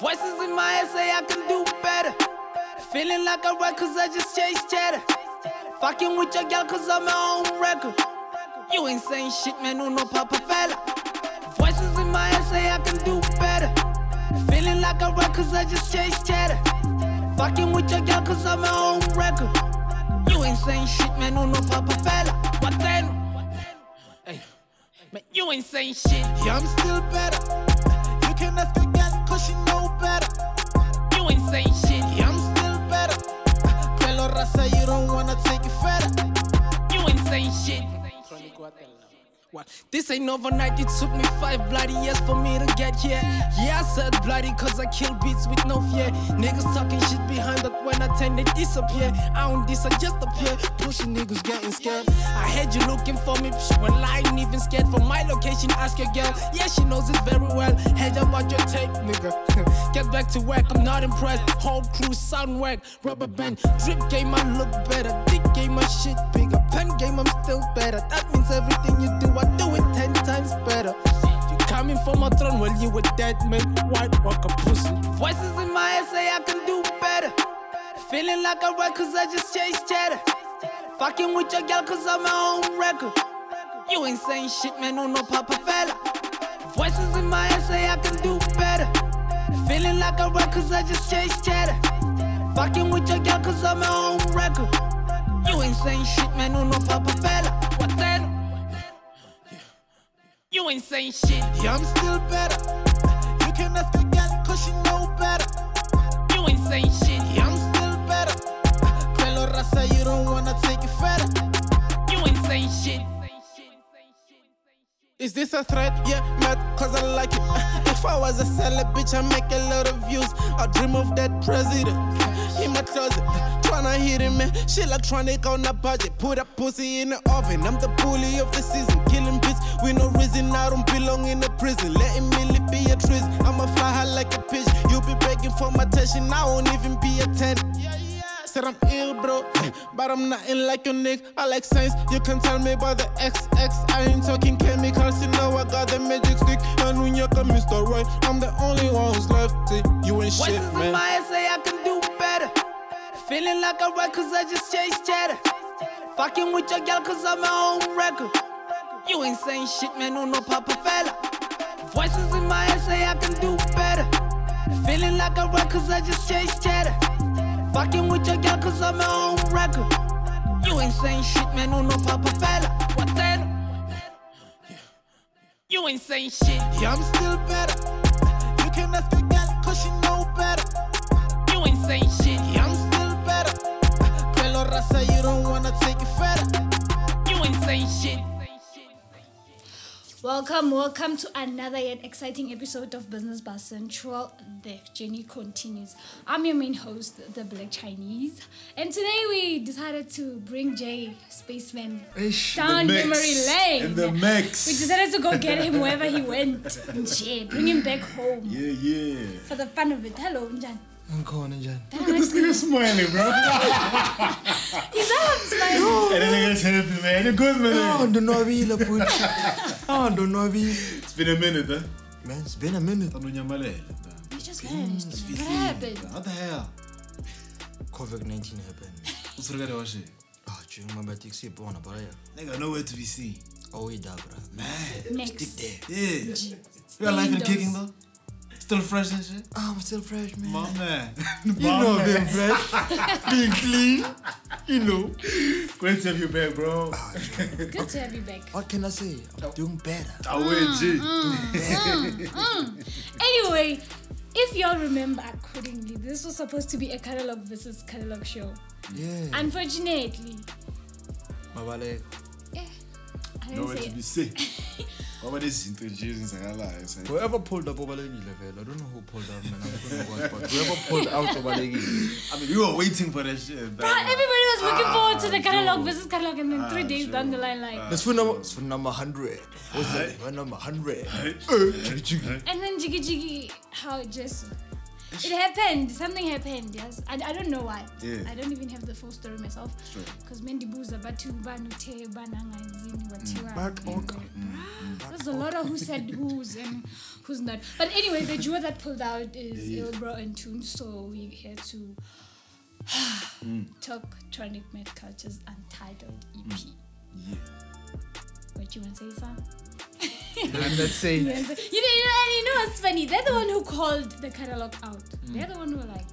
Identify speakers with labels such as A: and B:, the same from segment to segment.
A: Voices in my head say I can do better. Feeling like I write cause I just chase cheddar. Fucking with your girl cause I'm my own record. You ain't saying shit, man, no, no, Papa Fella. Voices in my head say I can do better. Feeling like I write cause I just chase cheddar. Fucking with your girl cause I'm my own record. You ain't saying shit, man, no, no, Papa Fella. What then? Hey, man, you ain't saying shit.
B: Yeah, I'm still better. You can ask a girl cause she know better.
A: You ain't saying shit.
B: Yeah, I'm still better. Tell her Rasa you don't wanna take it further.
A: You ain't saying shit.
C: What? This ain't overnight, it took me five bloody years for me to get here. Yeah, I said bloody cause I kill beats with no fear. Niggas talking shit behind that when I turn they disappear. I don't dis, I just appear. Pushing niggas getting scared. I heard you looking for me, psh, well, I ain't even scared. For my location, ask your girl. Yeah, she knows it very well. Head about your tape, nigga. get back to work, I'm not impressed. Whole crew, sound work, rubber band. Drip game, I look better. Dick game, my shit bigger. Pen game, I'm still better. That means everything you do, I do it ten times better. You coming for my throne, well, you a dead man. White walker pussy.
A: Voices in my head say I can do better. Feeling like I write cause I just chase cheddar. Fucking with your girl cause I'm my own record. You ain't saying shit, man, no, no, Papa Fella. Voices in my head say I can do better. Feeling like I write cause I just chase cheddar. Fucking with your girl cause I'm my own record. You ain't saying shit, man, no, no, Papa Fella. What then? You ain't saying shit,
B: Yeah, I'm still better. You can ask a girl cause she know better.
A: you ain't saying shit,
B: Yeah, I'm still better. Tell her Rasa you don't wanna take it further.
A: you ain't saying shit.
B: Is this a threat? Yeah, mad, cause I like it. Uh, If I was a celeb, bitch, I make a lot of views. I dream of that president in my closet. Tryna hit him, man. Shit electronic on a budget. Put a pussy in the oven. I'm the bully of the season. Killing bitch with no reason. I don't belong in a prison. Letting me live be a treason. I'ma fly high like a pigeon. You be begging for my attention. I won't even be a ten. Said I'm ill, bro, but I'm nothing like your nigga. I like science, you can tell me by the XX. I ain't talking chemicals, you know I got the magic stick. And when you come, Mr. Right, I'm the only one who's left. See, You ain't shit,
A: Voices in
B: man.
A: my head say I can do better. Feeling like I write cause I just chase cheddar. Fucking with your girl cause I'm my own record. You ain't saying shit, man, no, no, Papa Fella. Voices in my head say I can do better. Feeling like I write cause I just chase cheddar. Fucking with your girl cause I'm my own record. You ain't saying shit, man, no, no, Papa Fella. What then? You ain't saying shit,
B: Yeah, I'm still better. You can ask a girl, cause she know better.
A: you ain't saying shit,
B: Yeah, I'm still better. Tell her Rasa, you don't wanna take it further.
A: you ain't saying shit.
D: Welcome, welcome to another yet exciting episode of Business Bar Central. The journey continues. I'm your main host, the Black Chinese, and today we decided to bring Jay Spaceman
E: Ish, in the
D: down
E: mix,
D: memory lane.
E: in the mix.
D: We decided to go get him wherever he went. Jay, bring him back home
E: Yeah, yeah.
D: for the fun of it. Hello, Njan.
C: Ngikhona njani?
E: Look at this nigga smiling, bro.
D: He's up, smiling.
E: and the nigga's happy, man. You're good, man.
C: Oh, ndonwabile futhi. Oh, ndonwabile.
E: It's been a minute, huh?
C: Man, it's been a minute.
E: Tanonyamalele, man.
D: You just vanished. What happened?
E: What the hell?
C: COVID-19 happened.
E: What's the guy was
C: Ah, do you remember Dixie Bona, bro?
E: Nigga, nowhere to be seen.
C: Oh, we da, bro.
D: Next.
E: Yeah. You're alive and
D: Windows.
E: kicking, though? Still fresh and shit?
C: Ah, I'm still fresh, man.
E: My man.
C: You know being fresh, being clean, you know.
E: Great to have you back, bro.
D: Good to have you back.
C: What can I say? I'm doing better.
E: Away, G.
D: Anyway, if y'all remember accordingly, this was supposed to be a catalog versus catalog show.
C: Yeah.
D: Unfortunately,
C: Mabaleka.
D: I didn't
E: Nowhere
D: say
E: to be seen. What about this into Jesus? I eh? like
C: Whoever pulled up obalekile vele. I don't know who pulled up, man. I'm gonna watch, but whoever pulled out obalekile.
E: I mean, you were waiting for that shit.
D: But everybody was looking
E: Ah,
D: forward to the catalog
E: Joe.
D: versus catalog, and then
E: Ah,
D: three days down the line, like,
C: It's for number, it's for number 100. What's that? For number 100.
E: everybody.
D: and then Jiggy Jiggy, how it just. It happened. Something happened. Yes, I, I don't know why.
E: Yeah.
D: I don't even have the full story myself.
E: Sure.
D: Because Mendy Buza, Batu, Banute,
E: Mm.
D: Banangazini, Watiwa.
F: Back
D: and,
F: orc.
D: uh, There's a lot of who said who's and who's not. But anyway, the duo that pulled out is
E: Yeah, yeah.
D: Ilbro and Toon, so we had to
E: Mm.
D: talk Tronic Mad Culture's Untitled EP.
E: Mm. Yeah.
D: What you want to say, Sam?
B: I'm not saying.
D: you, know, you know, and you know what's funny? They're the one who called the catalog out. They're the one who were like,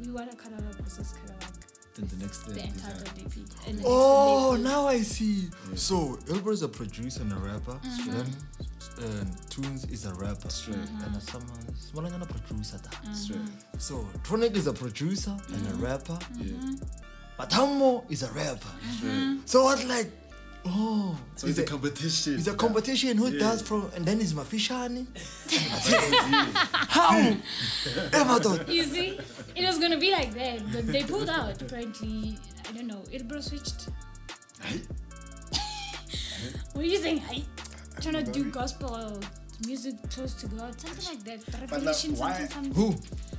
D: we want a catalog versus catalog.
B: Then the next
D: The
B: day.
D: entitled EP. And the
B: Oh,
D: next
B: now I see. So Ilbur is a producer and a rapper. Then um, Tunes is a rapper.
E: Straight.
B: And someone, someone gonna producer that.
E: Straight.
D: Uh-huh.
B: So Tronic is a producer and a rapper.
E: Yeah.
D: Uh-huh.
B: But Hammo is a rapper.
E: Straight.
B: So what like, oh,
E: So it's a competition.
B: It's a competition who
E: Yeah.
B: does from and then it's Mafishani. How? Ever Hmm. thought?
D: You see, it was gonna be like that, but they pulled out. Apparently, I don't know. Ilbro switched. what are you saying? I trying to do gospel music close to God, something like that. Revelation,
E: why-
D: something, something.
B: Who?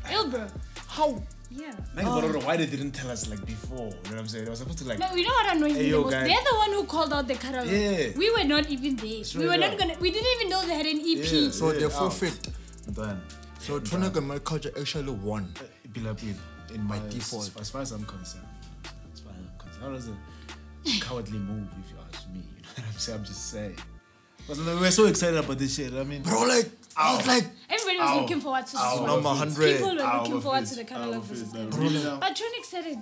D: Ilbro.
B: How?
D: Yeah.
E: Like, but I don't know why they didn't tell us like before. You know what I'm saying? They were supposed to like.
D: Oh. No, you know what annoys me
E: Hey, yo,
D: the most?
E: guys.
D: They're the one who called out the catalog.
E: Yeah.
D: We were not even there. we
E: Straight
D: were not
E: up.
D: gonna. We didn't even know they had an E EP.
E: Yeah.
B: So they
E: out.
B: forfeit.
E: Done.
B: So Tronic and my culture actually won.
E: Bilapil. In my
B: default.
E: As far as I'm concerned. As far as I'm concerned. That was a cowardly move, if you ask me. You know what I'm saying? I'm just saying. But like, we're so excited about this shit. I mean,
B: Bro, like, I was like,
D: Everybody was
E: Ow.
D: looking forward to
E: Ow,
D: Sword.
B: number 100.
D: People were
E: Ow,
D: looking
E: my
D: forward
E: face.
D: to the
E: Ow,
D: catalog
E: my
D: versus
E: face. Like,
D: Catalog.
E: really now?
D: But Tronic said it.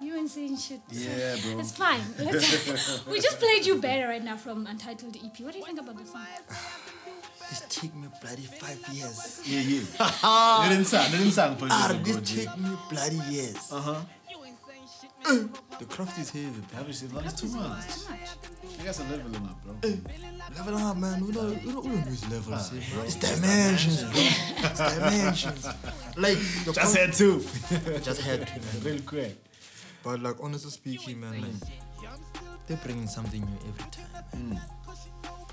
D: You ain't saying shit.
E: Yeah, bro.
D: It's fine. Let's, we just played you better right now from Untitled EP. What do you think about this song?
B: this take me bloody five years.
E: Yeah, yeah. they didn't sound. They didn't sound for
B: Ah,
E: example,
B: this
E: God, yeah.
B: take me bloody years.
E: Uh-huh.
A: You ain't saying shit, man.
B: The craft is heavy.
E: That was it. Last two months.
D: Too much.
E: I guess I'm leveling up,
B: Eh.
E: bro.
B: Level up, man. We don't, we don't, we don't use
E: Ah,
B: levels. here, bro. It's dimensions, bro. It's dimensions. Like, the
E: Just had two.
B: con- just had to, man.
E: Real quick.
B: But like honestly speaking, man, like, they're bringing something new every time.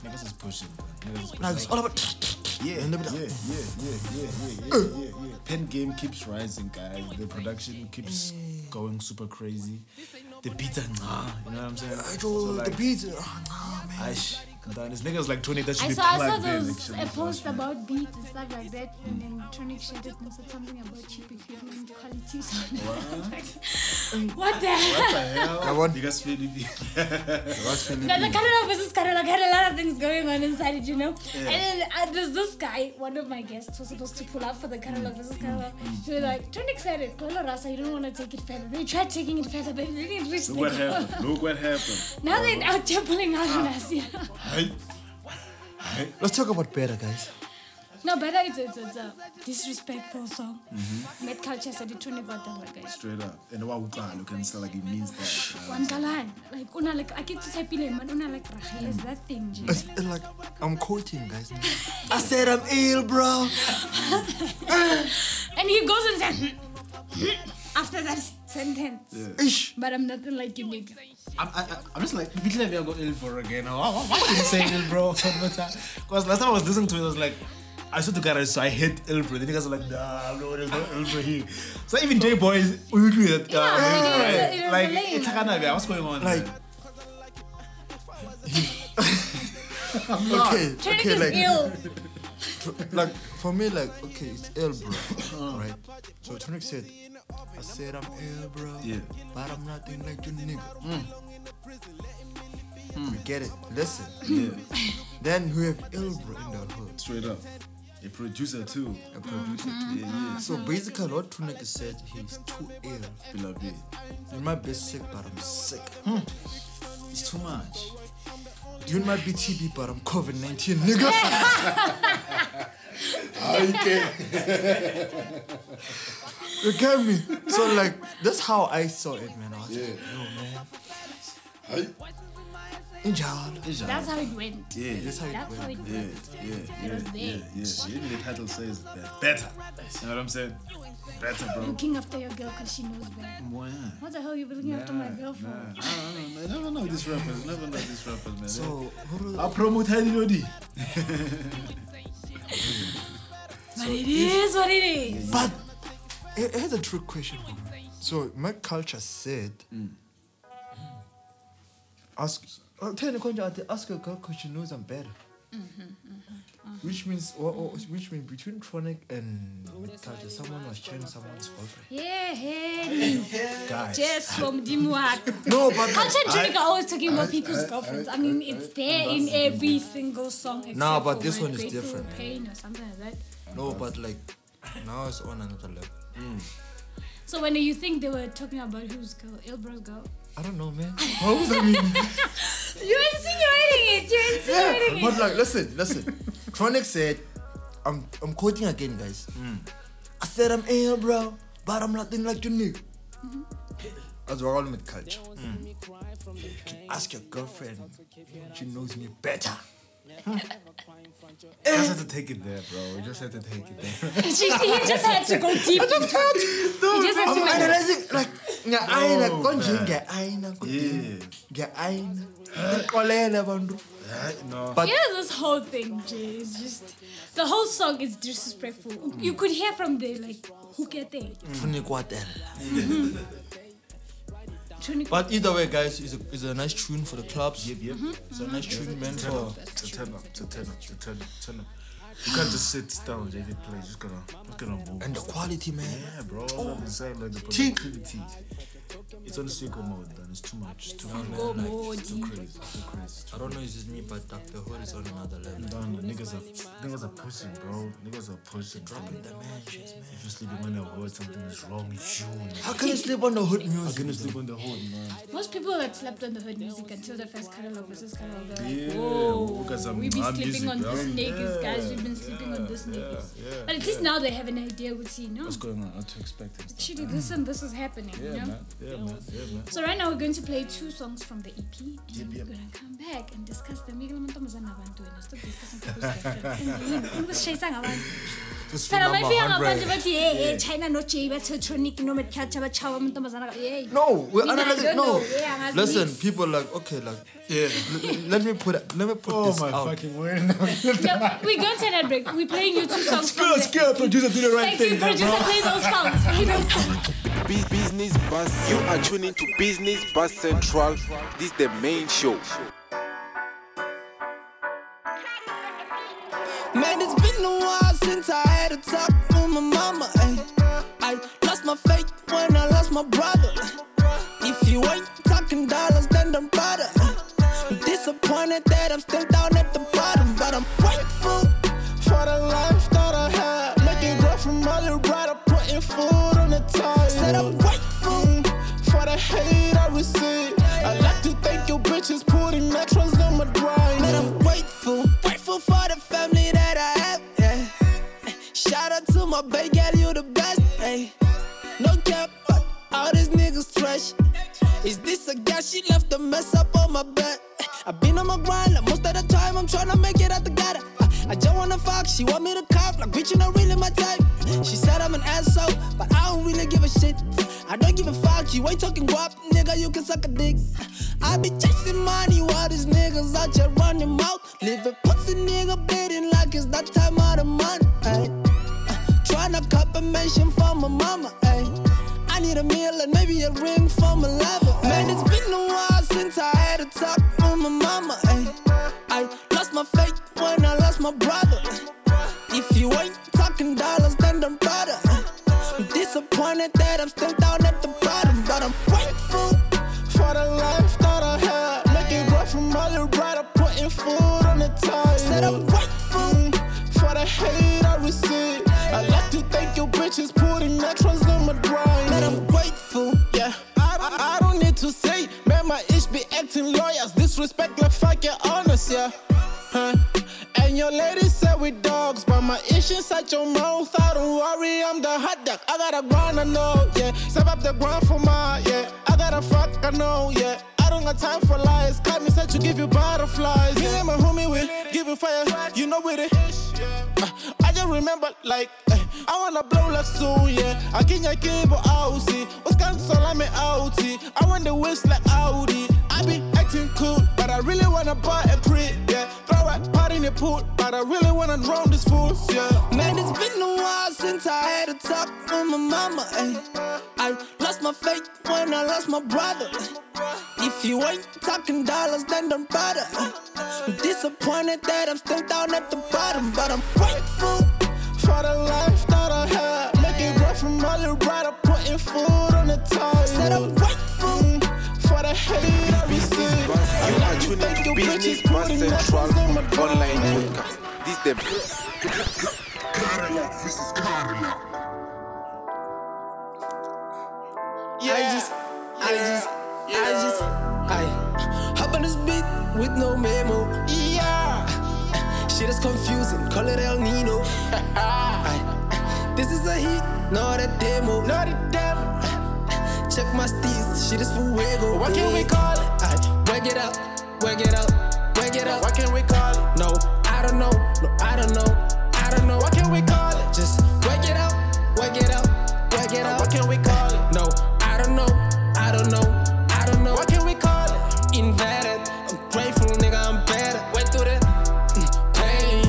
E: Niggas is pushing. bro. Niggas is pushing.
B: Now it's all about
E: Yeah, yeah,
B: And
E: yeah,
B: they'll be
E: yeah,
B: like,
E: yeah, yeah, yeah,
B: Eh.
E: yeah, yeah. Pen game keeps rising, guys. The production keeps
B: Eh.
E: going super crazy. The beat and nah, you know what I'm saying?
B: I
E: So,
B: told the
E: like,
B: beats. Oh, nah, man.
E: Aish, down. This nigga's like 20, that should
D: I
E: be
D: saw, I saw
E: plugged in.
D: those
E: actually.
D: a post about beats and stuff like that, and then Tronic shared it and said something about cheap equipment quality. So what? what the
E: What the
D: hell?
E: hell?
B: I want-
E: You guys feel it?
D: No, the catalog versus catalog had a lot of things going on inside it, you know. And then uh, there's this guy, one of my guests, was supposed to pull up for the catalog versus
E: Mm-hmm.
D: catalog. He was like, "Don't accept it, Kolo Rasa. You don't want to take it further." They tried taking it further, but it didn't reach
E: Look what
D: the goal.
E: happened. Look what happened.
D: Now they're out there pulling out on us. Yeah.
E: Hey. Hey.
B: Let's talk about better, guys.
D: No, better it's, it's, it's a disrespectful song. Mm-hmm. Met culture said it only about them like guys.
E: Straight up. And wow, look and still like it means that. you know?
D: Wantalan, like una like I get to say pile man una like rahe is that thing. G.
B: It's uh, like I'm quoting, guys. I said I'm ill, bro.
D: And he goes and says after that sentence.
B: Ish.
D: But I'm nothing like you, nigga.
E: I'm, I, I- I'm just like, we didn't have go ill for again. Why, why, why are you saying ill, bro? Because last time I was listening to it, I was like, I said to Garage, so I hate ill, bro. The niggas were like, nah, I'm not gonna go ill for here. So even J Boys, we would do that. uh,
D: Yeah, it is- it is
E: like,
D: lame.
E: it's like, nah, man, what's going on?
B: Like.
E: man?
B: okay.
D: Tronic
B: Okay.
D: is
B: Like.
D: ill.
B: like for me like okay it's ill bro right so Tonic said I said I'm ill bro
E: Yeah. Mm.
B: but I'm nothing like you nigga you get it listen
E: yeah,
B: then we have ill bro in the hood
E: straight up. A producer, too.
B: a producer
E: Yeah, yeah,
B: so basically what Tonic said he's too ill
E: Bilabi.
B: you might be sick but I'm sick Hmm.
E: It's too much.
B: you might be TB but I'm COVID-19 nigga you get me so like that's how I saw it man I was like yo man Injalo.
D: That's how it went.
E: Yeah, yeah,
B: That's how it
D: That's how
B: went.
D: it
E: yeah,
D: went.
E: yeah, yeah,
D: was there.
E: yeah, yeah. Even the title says that. Better. You know what I'm saying? Better, bro.
D: Looking after your girl because she knows better.
E: Why?
D: What the hell you been looking after my girl for?
E: Nah, I don't know, man. I don't know these rappers. Never know these rappers, man.
B: So who do-
E: I promote Heidi Lodi.
D: But it is what it is.
B: But Here- Here's a trick question. for you. So my culture said, ask. Oh, tell the culture, they ask a girl because she knows I'm better. Which means, or, or, which means between Tronic and Taja, someone was sharing someone's boyfriend.
D: Yeah, hey,
B: Guys.
D: just from Dimwak.
B: No, but
D: Culture and drink
B: I-
D: are always talking about people's girlfriends. I, mean, it's there in every single song.
B: Nah,
D: except
B: but
D: for
B: this
D: my
B: one is
D: Grateful
B: different.
D: Pain or something like that.
B: no, but like now it's on another level.
D: So when you think they were talking about whose girl, Ilbra's girl,
B: I don't know, man. What was that mean?
D: you're insinuating it. You're insinuating
B: yeah, but
D: it.
B: like, listen, listen. Chronic said, I'm, I'm quoting again, guys.
E: Hmm.
B: I said I'm here, bro, but I'm nothing like you nigga.
E: Mm-hmm.
B: As we're all with culture.
E: Hmm.
B: You can ask your girlfriend. She knows me better. Eh.
E: I just had to take it there, bro. We just had to take it there.
D: She- he just had to go deep. I just had to. He just had
B: I'm
D: to go deep.
B: analyzing like ngaaina
E: No,
B: konje
E: man.
B: ngaaina
E: Yeah. Hmm.
B: ngaaina ikolela bantu
E: No.
B: But-
D: You know this whole thing, Jay, is just the whole song is disrespectful. You could hear from the like who get there.
B: funa ikwatela
D: Trini-
B: but either way guys is a, is a nice tune for the clubs yep, yep. it's a nice tune man for
E: To turn up, to turn up, to turn up, turn up. You can't just sit still with every play. Just gonna, just gonna move.
B: and the quality man
E: yeah, bro. All that inside, like the productivity. It's on sicko mode, then it's too much. It's too much. It's too crazy. It's too crazy.
B: I don't know if it's me, but like the hood is on another level.
E: Done. Niggas are, niggas are pushing, bro. Niggas are pushing. Dropping the man. If you're sleeping on the hood, something is wrong with you. man.
B: How can you sleep on the hood
E: How
B: music?
E: can you sleep on the hood, man?
D: Most people that slept on the hood music until the first catalog versus catalog, they're like,
E: Yeah,
D: whoa,
E: because I'm-
D: we be
E: I'm
D: sleeping
E: music,
D: on these
E: bro.
D: niggas, guys.
E: Yeah,
D: We've been sleeping on this
E: yeah,
D: niggas.
E: yeah,
D: But at least now they have an idea. We see, no,
E: What's going on? What to expect? and stuff.
D: shit, this and this is happening.
E: Yeah,
D: you know.
E: man. Yeah, man. Yeah, man. E
D: So right now we're going to play two songs from the EP, and then
E: yep.
D: we're gonna come back and discuss them. We're gonna abantu wena stop discussing people's preference. Ukusishayisa ngabantu.
B: Just
D: Phela
B: number
D: bayifika ngabantu
B: 100.
D: bathi hey hey China no Jay bathetronic no Medculture bachawa amantombazana. ka- Hey.
B: No, we're
D: Mina, I
B: analyzing.
D: don't
B: No,
D: know. Yeah, I must
B: listen,
D: mix.
B: people like okay, like yeah. let me put let me put
E: Oh
B: this
E: my
B: out.
E: fucking word!
D: No, we're going to that break. We're playing you two songs from
E: Skill,
D: the
E: skill, producer, do the right
D: Thank you,
E: thing, there,
D: producer.
E: bro.
D: Play those songs. Play those songs.
G: Bus- Business Bus. You are tuning to Business Bus Central. This is the main show.
A: Man, it's been a while since I had a talk with my mama. ay. I lost my faith when I lost my brother. If you ain't talking dollars, then don't bother. I'm disappointed that I'm still down at the bottom, but I'm grateful for the life that I had. Making grow from all the right, I'm putting food on the table. Said I'm grateful for the hate I received. I like to thank you bitches putting metros on my grind. Man, I'm grateful, grateful for the family that I have. Yeah. Shout out to my baby girl, you the best. Hey. No cap, but all these niggas trash. Is this a guy? She left a mess up on my bed. I've been on my grind, like most of the time I'm tryna make it out the gutter. I, I just wanna fuck, she want me to cop, like bitch, you not really my type. She said I'm an asshole, but I don't really give a shit. I don't give a fuck, you ain't talking guap, nigga, you can suck a dick. I be chasing money while these niggas out here running mouth. Living pussy nigga bleeding like it's that time of the month. ayy. Tryna cop a mansion for my mama, ayy. I need a meal and maybe a ring for my lover. Man, it's been a while since I had a talk with my mama, ayy. I lost my faith when I lost my brother. If you ain't talking dollars, then don't bother. I'm disappointed that I'm still down at the bottom, but I'm grateful for the life that I had. Making grow from all the right, I'm putting food on the table. Said I'm grateful for the hate I received. I like to thank you bitches putting metros on my grind. Man, I'm grateful, yeah. I, I, I don't need to say, man, my ish be acting lawyers. Disrespect like fucking honest, yeah. Huh? And your lady said we dogs, but my ish inside your mouth. I don't worry, I'm the hot dog. I gotta grind, I know, yeah. Step up the grind for my, yeah. I gotta fuck, I know, yeah. I don't got time for lies. Cut me said to give you butterflies. Me and my homie, we give you fire. You know with it. Uh, I just remember like uh, I wanna blow like soon, yeah. I can ya give a outie. What's kind of salami outie? I want the whips like Audi. I be acting cool, but I really wanna buy a print, yeah. Throw a pot in the pool, but I really wanna drown this fool, yeah. Man, it's been a while since I had a talk with my mama,
H: ayy. eh. I lost my faith when I lost my brother. If you ain't talking dollars, then don't bother. I'm disappointed that I'm still down at the bottom, but I'm grateful for the life that I have. Making grow from all the right, I'm putting food on the table. Said I'm grateful for the hate I received.
G: Bus, you are tuning
H: Thank
G: to
H: you,
G: Business
H: bitches,
G: Bus
H: putting knives on my
G: Central
H: door.
G: online podcast. This the
H: I just, I just, I just, I hop on this beat with no memo. Yeah, shit is confusing. Call it El Nino. Aye. this is a hit, not a demo. Not a demo. Check my steez, shit is fuego. What can we call it? Aye. Wag it up, wag it up, wag it up. What can we call it? No, I don't know. No, I don't know. I don't know. What can we call it? Just wag it up, wag it up, wag it up. What can we call it? No, I don't know. I don't know. I don't know. What can we call it? Invented. I'm grateful, nigga. I'm better. Went through the mm, pain.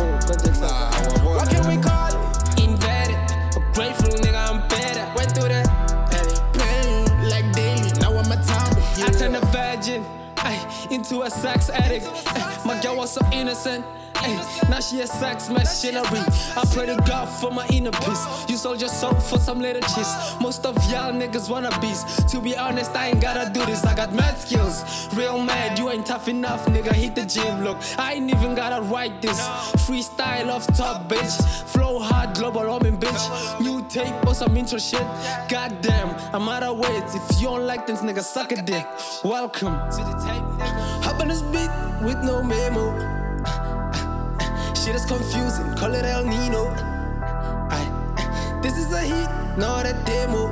H: Oh, what can we call it? Invented. I'm grateful, nigga. I'm better. Went through the eh, pain like daily. Now I'm a tomboy. I turned a virgin ay, into a sex addict. Ay, my girl was so innocent. Ay, now she a sex machinery. I pray to God for my inner peace. You sold your soul for some little cheese. Most of y'all niggas wanna bees. To be honest, I ain't gotta do this. I got mad skills. Real mad, you ain't tough enough, nigga. Hit the gym, look. I ain't even gotta write this. Freestyle off top, bitch. Flow hard, global warming, bitch. New tape or some intro shit. Goddamn, I'm out of words. If you don't like this, nigga, suck a dick. Welcome to the tape. Hop on this beat with no memo. Shit is confusing, call it El Nino. Aye. This is a hit, not a demo.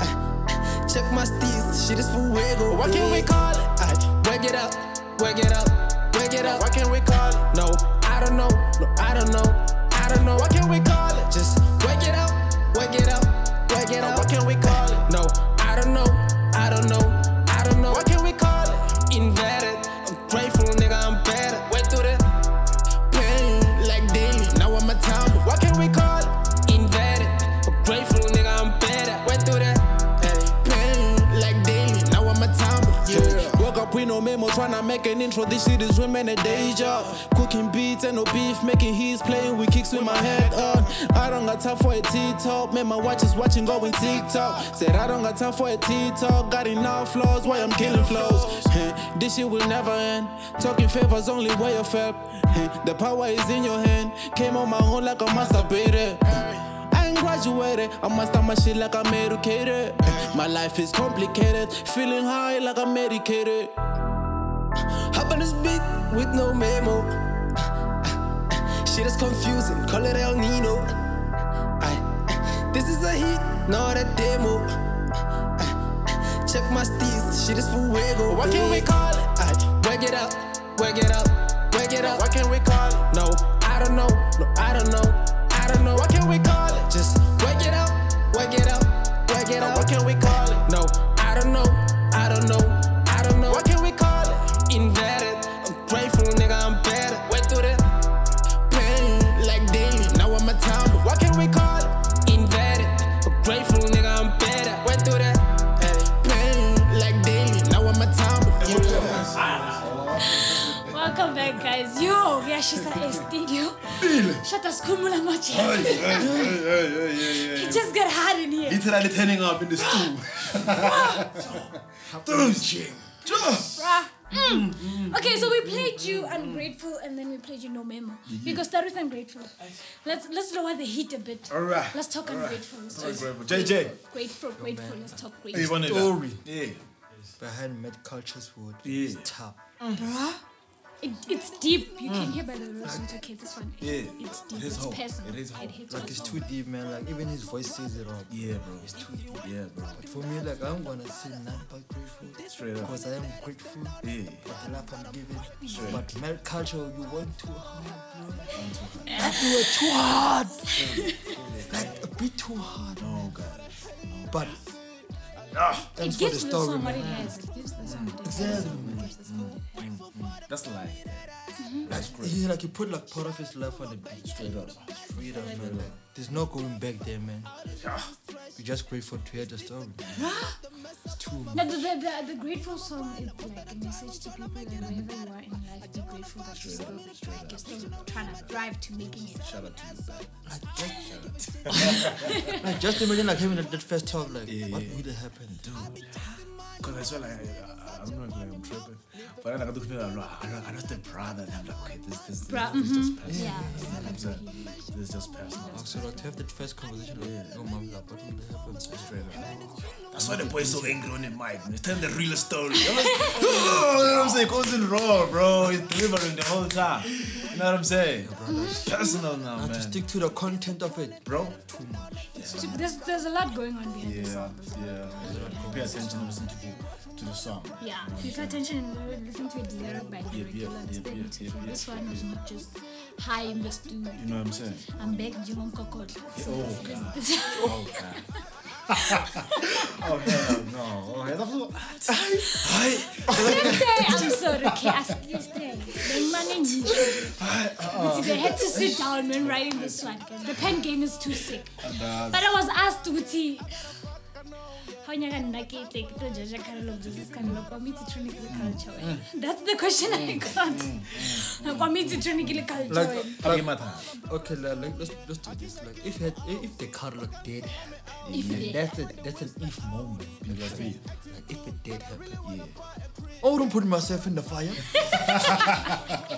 H: Aye. Check my steez, shit is fuego. What can we call it? Aye. Wag it up, wag it up, wag it up. What can we call it? No, I don't know, no, I don't know, I don't know. What can we call it? Just wag it up, wag it up, wag it up. What can we call it? No, I don't know, I don't know, I don't know. What can we call it? Invented. I'm grateful, nigga, I'm better. Went through the pain like daily. Now I'm a tomboy. What can we call it? Invented. I'm grateful, nigga, I'm better. Went through the pain like daily. Now I'm a tomboy. Yeah.
F: Woke up with no memo, tryna make an intro. This shit is women a day job. Cooking beats and no beef, making hits, playing with kicks with my head on. I don't got time for a T-talk, man. My watch is watching going TikTok. Said I don't got time for a T-talk, got enough flaws, why I'm killing flows. Heh, this shit will never end. Talking favors only way of help. Heh, The power is in your hand. Came on my own like a masturbator. I ain't graduated. I must have my shit like I'm educated. My life is complicated. Feeling high like I'm medicated.
H: Hop on this beat with no memo. Shit is confusing, call it El Nino. Aye. This is a hit, not a demo. Check my steez, shit is fuego. What can we call it? Aye. Wag it up, wag it up, wag it up. What can we call it? No, I don't know, no, I don't know, I don't know. What can we call it? Just wag it up, wag it up, wag it up. What can we call it? No, I don't know, I don't know, I don't know. What can we call it? Invented. I'm grateful, nigga, I'm better. Went through the pain like daily. Now I'm a tomboy. What can we call it? Invented. I'm grateful, nigga, I'm better. Went through the pain like daily. Now I'm a tomboy.
D: Welcome back, guys. Yo, we are Shisa Studio. Shut us, Kumula Mochi. It just got hot in here.
E: Literally turning up in the stool.
D: Bruh. Mm. Okay, so we played you ungrateful and then we played you no memo.
E: Mm-hmm.
D: We go start with ungrateful. Let's let's lower the heat a bit.
E: Alright.
D: Let's talk ungrateful. Let's talk
E: JJ.
D: Grateful, grateful. Let's talk
E: You
D: grateful.
E: want it?
B: Story
E: Yeah.
B: behind Mad Culture's word
E: Yeah.
B: is tough.
D: It, it's deep. You can hear by the result. Okay, this one.
E: Mm. Yeah.
D: It's deep.
E: It is
D: it's
E: hard.
D: personal.
E: It is hard.
D: hits
B: Like
D: us
B: it's
D: all.
B: too deep, man. Like even his voice says it all.
E: Yeah, bro.
B: It's too deep.
E: Yeah, bro.
B: But for me, like I'm gonna say nothing but grateful.
E: Straight up.
B: Because I am grateful
E: Yeah.
B: for the life I'm given. But Mad Culture, you went too hard, bro. Like, you were too hard. like a bit too hard.
E: Oh, God.
B: But
D: It
B: thanks for the
D: gives the
B: story,
D: song what
B: man.
D: it has. It gives the song what it has.
B: Exactly, man.
D: course, it's full.
E: That's life.
B: That's great. He like he put like part of his life on the beat straight up. Straight up, man. Like, there's no going back there, man. We just grateful to hear the story. it's too much.
D: No, the, the, the, the grateful song is like a message to people that wherever you are in life, be grateful that you're still like you're still trying to thrive to making it.
B: Shout out to you, Like, just, like, just imagine like having that, that first talk, like, what would have happened? Dude.
E: Because I swear, like, I, I- I'm not like I'm tripping. But then, like, I look at people, I'm like, I know, I know the brother. And I'm like, okay, this, this, this,
D: Bra-
E: this is just personal.
D: Yeah,
E: I'm sorry, This is just personal.
B: Also, like, to have that first conversation, like, oh, mom, like, what would have happened? Straight up.
E: That's why the boy is so angry on the mic. He's telling the real story. I'm like, oh, you know what I'm saying? Goes in raw, bro. He's delivering the whole time. You know what I'm saying? Personal now,
B: Now to
E: man.
B: stick to the content of it,
E: Bro,
B: too much.
D: It's too- there's, there's a lot going on behind the
E: Yeah,
D: song.
E: yeah. Pay attention and listen to the, to the song.
D: Yeah, if you pay attention and listen to it lyric by lyric,
E: yeah,
D: you'll
E: yeah,
D: understand
E: yeah,
D: it.
E: yeah, yeah.
D: this one was not just hi, I'm the stew.
E: You know what I'm saying?
D: I'm back, Jimon Kokot.
E: Oh, God. Oh, God. oh, hell no. Oh, hell no.
D: I'm sorry, okay, ask you stay. They manage
E: Ah,
D: They had to sit down when writing this one because the pen game is too sick. But I was asked to see. How you gonna make it like to judge a catalog, judge this catalog, or me to train the culture? eh?
E: Mm.
D: That's the question I got. Or me to train the culture.
B: Like,
D: eh?
E: Okay, Mata.
B: Okay, like, like, let's let's do this. Like, if had, if the Carlock did happen,
D: If
B: then
D: it-
B: that's a, that's an if moment. Like, like, if it did happen, I wouldn't put myself in the fire. I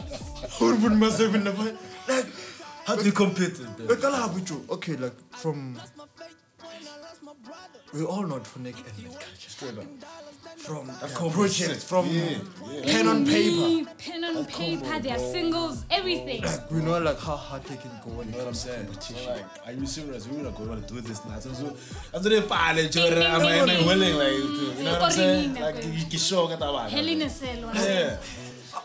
B: wouldn't put myself in the fire. Like,
E: How do you compete with them?
B: like I'll have with you. Okay, like from we all know Tronic and Mad culture. From the project, from pen on paper. Oh,
D: Me, Pen on paper, their singles, everything.
B: We know like how hard they can go when it
E: You know what I'm
B: comes to
E: saying?
B: competition.
E: We're like, are you serious? We would have gone to do this now. So, so, I'm doing a pilot, you're
D: Ding, ding,
E: I'm
D: ding,
E: I'm
D: ding.
E: willing, like, to- you know what I'm saying?
D: Orinina,
E: Like,
D: girl.
E: you can show that about
D: Helen is Selwa.
E: Yeah.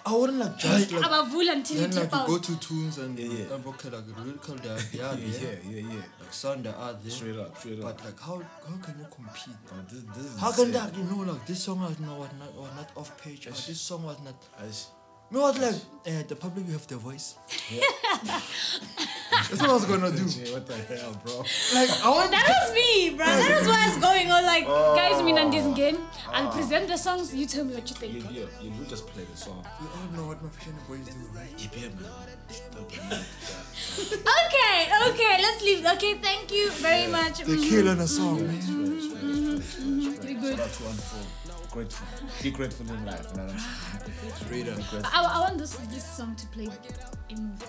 B: I wouldn't like just like
D: Abavula until you
B: then
D: tap
B: like you go
D: out.
B: to tunes and yeah,
E: yeah.
B: okay like real call they are they are
E: Yeah,
B: there.
E: yeah, yeah.
B: Like sound they are there.
E: Straight up, straight up.
B: But like how how can you compete?
E: But this, this is
B: How can
E: insane.
B: that you know like this song was not was not, was not off page or this song was not
E: Ash.
B: me was like eh, the public you have the voice. That's what I was gonna do.
E: Jay, what the hell, bro?
B: Like I want
D: Oh, That was me, bro. That was why I was going on like,
B: Oh.
D: guys, me and this game.
B: Ah.
D: I'll present the songs. You tell me what you
E: You,
D: think.
E: you, you, you just play the song.
B: we all know what my fashion boys do, right?
E: Yeah, man.
D: Okay, okay, let's leave. Okay, thank you very much.
B: They
D: Mhm.
B: kill on a song, man.
D: We good.
E: That's wonderful. Grateful. Be grateful in life. You know what I'm
B: Straight up.
D: I, I want this this song to play in. I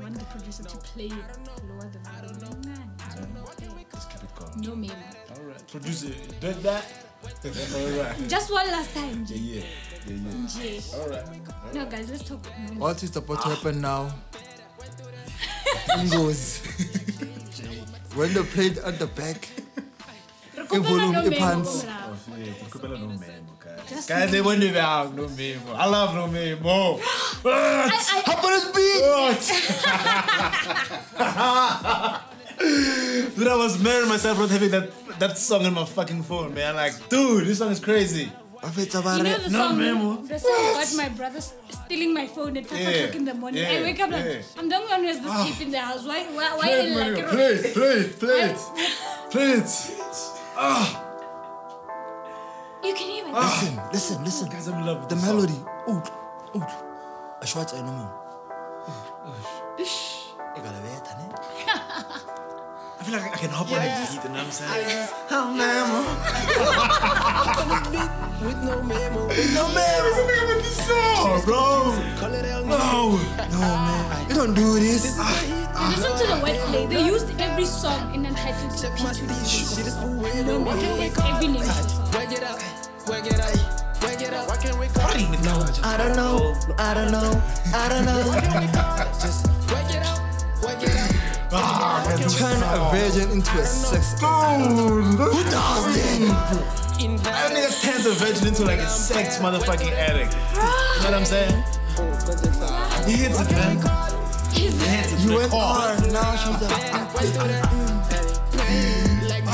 D: want the producer to play it lower than volume.
E: Just keep it going.
D: No meme.
E: All right. Producer, do that. All right.
D: Just one last time, Jay.
E: Yeah, yeah, yeah.
D: Jay.
E: All right.
D: No, guys, let's talk. more.
B: What is about to happen now? Ingos. when they played at the back,
D: Rekopela no
B: volume,
D: meme,
B: pants.
D: bro.
E: Yeah, Kukupela no memo, guys.
D: Just-
E: Guys, they won't even have no memo. I love no memo.
D: I, I,
B: how about us beat?
E: Dude, I was mad at myself not having that that song on my fucking phone, man. Like, dude, this song is crazy.
D: you know the
E: No
D: song.
E: memo.
D: The song got my brother st- stealing my phone at five
E: Yeah,
D: o'clock in the morning. I
E: yeah,
D: wake up like
E: yeah. Ah.
D: I'm the only one who has this tape in the house. Why? Why? Why
E: Play
D: they like
E: it,
D: it?
E: play it, play it, play it, play it.
D: You can even.
E: Ah.
B: Listen, listen, listen.
E: Guys, I'm in love with
B: The
E: this song.
B: melody. Oot, oot. A short animal. Ish. You gotta wait, honey. I feel like I can hop on a beat, you know what I'm saying?
F: With no memo.
B: No, man.
E: Oh, bro.
F: Call it El
E: No.
B: No, man. You don't do this.
D: Listen to the wordplay. They used every song in Untitled to
F: Check my
D: P2.
F: speech. Shit is for when
D: No, man,
F: I'm walking.
D: there's every name of the song.
F: Wake it up. Wake it up. Wake it up. Why can't we call it?
B: I don't know. I don't know. I don't know.
F: Just wake it up. Wake it up.
B: Turn a virgin into a sex. Who does that?
E: I don't think that turns a virgin into like a sex motherfucking addict. You know what I'm saying? He hits it, man.
D: He's
B: You went hard. Now she's a.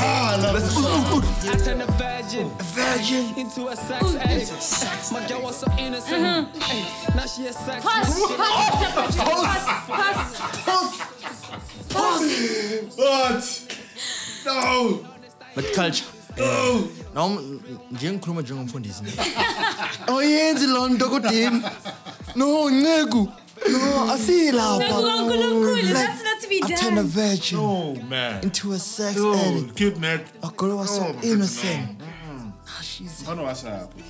E: Ah, I love this song.
F: I turn a virgin.
B: Imagine.
H: into a sex act. My girl was so innocent.
D: Uh-huh.
H: Ay, Now she a sex
D: Pass,
H: machine.
D: pass, pass, pass,
E: What? No.
B: But culture. Now, njengikhuluma njengomfundisi awuyenzi loo nto kodini no nceku no
D: Nceku kaNkulunkulu,
B: asilapha
D: that's not to be done.
B: turn a virgin
E: Oh man.
B: into a sex
E: Dude,
B: addict
E: kidnapped.
B: a girl was so
E: No, no.
B: innocent Ah, she's-
E: Don't wash up. you.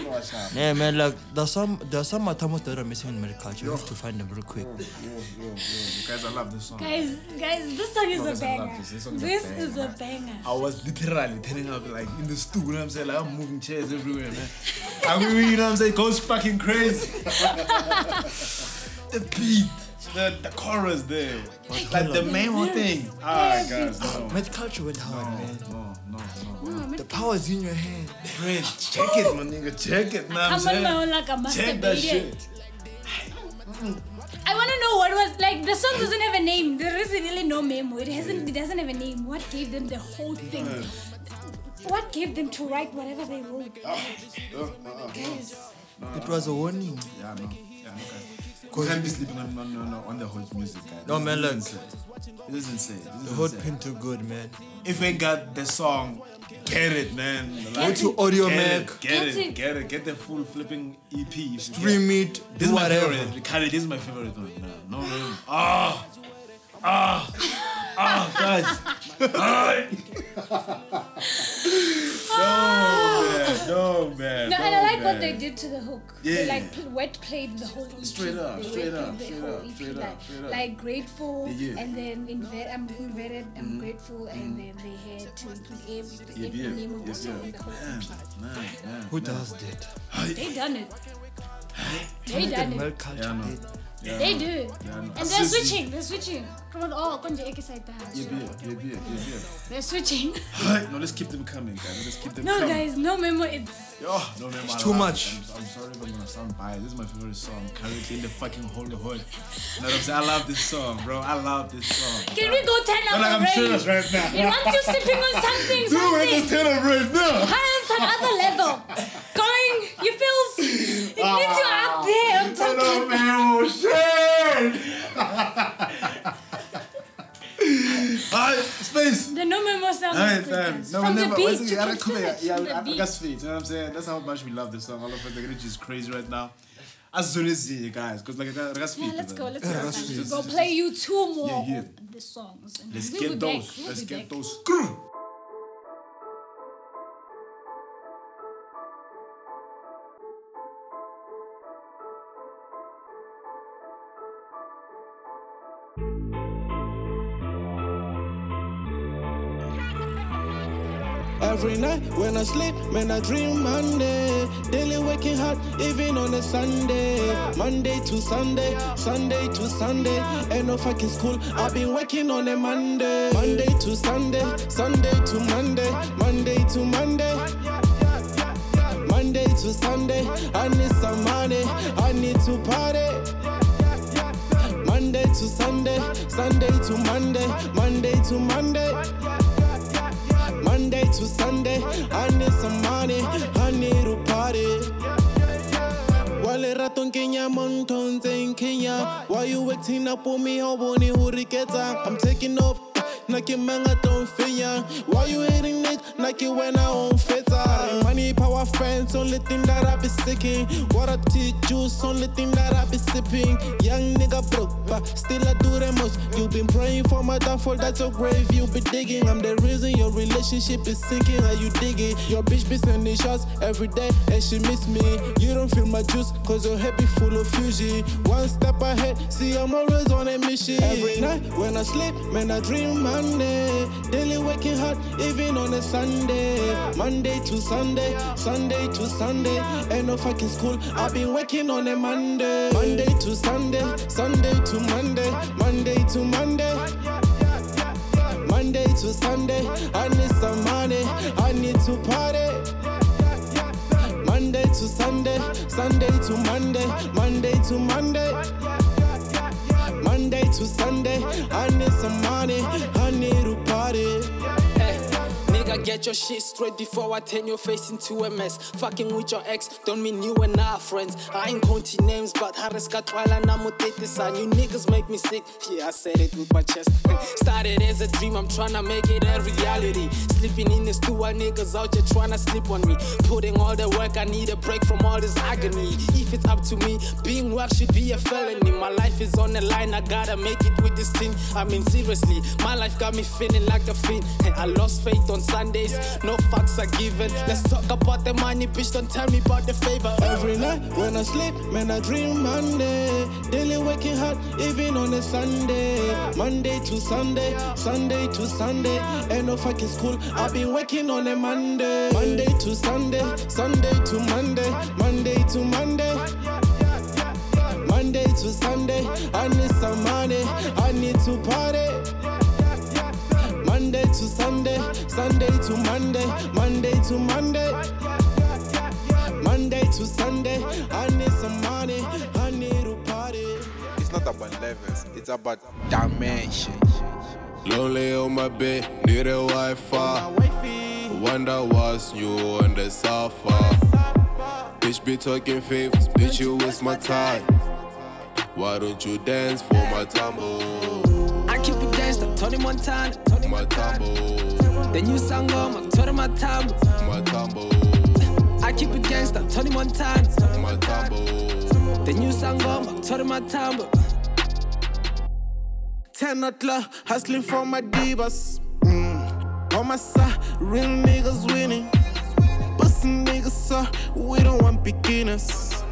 E: Don't wash up.
B: Yeah, man, like there's some there's some matamos that are missing in medical. You have to find them real quick.
E: Yo, yo, yo. You guys, I love this song.
D: Guys, guys, this song is a
E: Listen, I love
D: banger.
E: this. This song is a
D: This
E: banger,
D: is a
E: man.
D: banger.
E: I was literally turning up like in the stool, you know what I'm saying? Like I'm moving chairs everywhere, man. I mean, you know what I'm saying? It goes fucking crazy. the beat, the, the chorus there, like the main one thing. Ah, guys, no.
B: Med culture went hard, man.
E: No, no, no.
B: The power is in your hand.
E: Friend, check it, my nigga, check it, man.
D: Come on, now, like a
E: Check that
D: masturbated.
E: shit.
D: I want to know what was like. The song doesn't have a name. There is really no memo. It hasn't. It doesn't have a name. What gave them the whole thing? What gave them to write whatever they wrote?
E: Oh,
D: Guys,
B: It was a warning.
E: Yeah, no. Yeah, okay. Cause I'm sleeping on, on, on, on the whole music, guy.
B: No, man, look.
E: This is insane. This is
B: The whole
E: insane.
B: pin too good, man.
E: If we got the song, get it, man.
B: Go
E: Like,
B: to Audio
E: get
B: Mac,
E: it, get
D: That's
E: it,
D: it.
E: get it, get the full flipping EP. you should
B: stream
E: get.
B: it,
E: This
B: do
E: is my
B: whatever.
E: favorite. Khaled, this is my favorite one. man. No, no. Ah, ah, ah, guys. Ah. No, man. No, man.
D: no, and I like what they
E: man.
D: did to the hook. They
E: Yeah.
D: like pl- wet played the whole EP.
E: Straight up,
D: They wet
E: straight
D: played
E: up,
D: the
E: straight
D: whole
E: up,
D: EP,
E: straight
D: like,
E: up, straight up.
D: like grateful,
E: Yeah. Mm-hmm.
D: and then inve- I'm inverted. I'm grateful, and then they had to put every,
E: Yeah,
D: every
E: yeah,
D: name of the
E: yeah,
D: song in
E: yeah.
D: the whole EP.
E: Man, man.
B: Who does that?
D: They done it. They done it.
B: Med culture
E: no.
B: did.
E: Yeah,
D: They
E: no.
D: do.
E: Yeah, no.
D: And they're
E: Seriously.
D: switching, they're switching. Come on, oh, konje eke side
E: Yeah,
D: back.
E: yeah, yeah, yeah, yeah,
D: They're switching.
E: yeah. No, let's keep them coming, guys. Let's keep them
D: No,
E: coming.
D: guys, no memo. It's
E: Yo, no, man,
B: too much.
E: I'm, I'm sorry if I'm gonna sound biased. This is my favorite song currently in the fucking whole hood. You know what I'm saying? I love this song, bro. I love this song.
D: can we go turn
E: I'm
D: up
E: like, I'm
D: already?
E: serious right now.
D: You want to sipping on something,
E: Dude, I just
D: something.
E: tell them right now.
D: Hands on other level. Going, you feel you need to
E: Ah.
D: up there on
E: Shut up,
D: something.
E: man. Oh, shit. Alright, space.
D: The no memo sound
E: Alright,
D: is
E: fam.
D: good.
E: No,
D: From the
E: never.
D: beat,
E: Once
D: you
E: again, I
D: can
E: don't come
D: feel
E: here.
D: it
E: Yeah,
D: from the beat.
E: Africa's feet. You know what I'm saying? That's how much we love this song. All of us, the energy is crazy right now. As soon as you guys, because like Africa's feet.
D: Yeah, let's
E: man.
D: go, let's go. fam.
E: just-
D: We'll go play you two more
E: Yeah, yeah.
D: of the songs. and
E: Let's
D: we'll be
E: get
D: back,
E: those.
D: we'll
E: Let's
D: be
E: get
D: back.
E: those.
F: Every night when I sleep, man, I dream Monday. Daily waking hard, even on a Sunday. Monday to Sunday, Sunday to Sunday. Ain't no fucking school, I've been working on a Monday. Monday to Sunday, Sunday to Monday, Monday to Monday. Monday to Sunday, I need some money, I need to party. Monday to Sunday, Sunday to Monday, Monday to Monday. Monday to Sunday, I need some money, I need to party. wale rato nkenya montonze nkenya why you waiting up on me ho bone ho riketsa i'm taking off na ke manga don't fenya why you hating it na ke wena on fetsa money power friends only thing that i be seeking what i teach juice only thing that i be sipping young nigga broke but still i do the most you been praying for my downfall that's your grave you be digging i'm the reason your relationship is sinking are you digging your bitch be sending shots every day and she miss me you don't feel my juice cause your head be full of fusion one step ahead see i'm always on a mission every night when i sleep man i dream monday daily waking hard even on a sunday monday to sunday sunday to sunday ain't no fucking school i've been working on a monday monday to sunday sunday to monday monday to monday Monday to Sunday, I need some money, I need to party. Monday to Sunday, Sunday to Monday, Monday to Monday. Monday to Sunday, I need some money, I need to party.
H: Hey, nigga, Better get your shit straight before I turn your face into a mess. Fucking with your ex don't mean you and our friends. I ain't counting names, but Harris got trial and I'm with it. This you niggas make me sick. Yeah, I said it with my chest. Started as a dream, I'm tryna make it a reality. Sleeping in the stew while niggas out here tryna sleep on me. Putting all the work, I need a break from all this agony. If it's up to me, being work should be a felony. My life is on the line, I gotta make it with this thing. I mean, seriously, my life got me feeling like a fiend. Hey, I lost faith on Sundays, no fucks are given. Let's talk about the money, bitch, don't tell me about the favor.
F: Every night when I sleep, man, I dream Monday. Daily working hard, even on a Sunday. Monday to Sunday, Sunday to Sunday. Ain't no fucking school, I've been working on a Monday. Monday to Sunday, Sunday to Monday, Monday to Monday. Monday to Sunday, I need some money, I need to party. Monday to Sunday, Sunday to Monday, Monday to Monday. Monday to Sunday, I need some money, I need to party.
G: It's not about levels, it's about dimension.
I: Lonely on my bed, need a Wi-Fi. Wonder what's new on the sofa. Bitch be talking favors, bitch you waste my time. Why don't you dance for my tumble,
H: I keep it gangster, Tony Montana. Tony
I: my tumble,
H: The new song on my Tony Montana.
I: my tumble,
H: I keep it gangster, Tony Montana.
I: my tumble?
H: The new song on my Tony Montana.
F: 10 o'clock, hustling for my divas. Mm. On my side, real niggas winning. Pussy niggas up, we don't want beginners.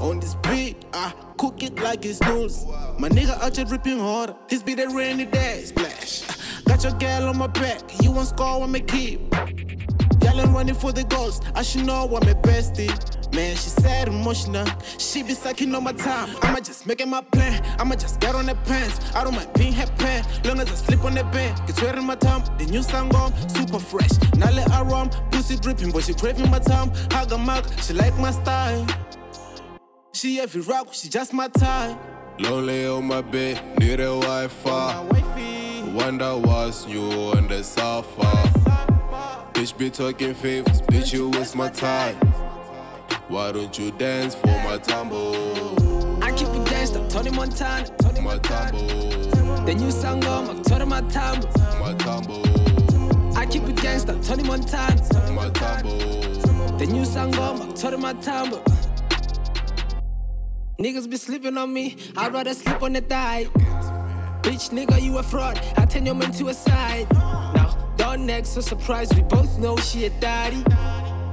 F: On this beat, I cook it like it's news. My nigga out here ripping harder. This be that rainy day splash. Got your gal on my back, you won't score when me keep. Y'all ain't running for the goals. I should know I'm a bestie. Man, she said emotional. She be sucking on my time. I'ma just making my plan. I'ma just get on the pants. I don't mind being happy. Long as I sleep on the bed. It's wearing my thumb. The new song on. Super fresh. Now let her rum. Pussy dripping, but she craving my tongue. Hug a mug. She like my style. She every rock. She just my type.
I: Lonely on my bed, need a Wi-Fi. Wonder what's new on the sofa. Bitch be talking favors, bitch you waste my time. Why don't you dance for my tumble,
H: I keep it gangster, Tony Montana.
I: my tumble?
H: The new song on my Tony Montana.
I: Matambo,
H: I keep it gangster, Tony Montana.
I: Matambo,
H: The new song on my Tony Montana. Niggas be sleeping on me, I'd rather sleep on the thigh. Bitch, nigga, you a fraud. I turn your man to a side. Now, don't next so surprised. We both know she a daddy.